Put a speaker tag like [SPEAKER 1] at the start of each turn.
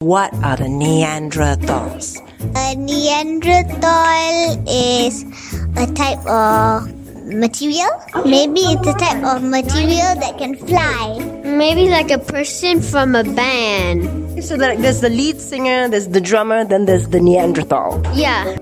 [SPEAKER 1] What are the Neanderthals?
[SPEAKER 2] A Neanderthal is a type of material. Maybe it's a type of material that can fly.
[SPEAKER 3] Maybe like a person from a band.
[SPEAKER 1] So like there's the lead singer, there's the drummer, then there's the Neanderthal.
[SPEAKER 3] Yeah.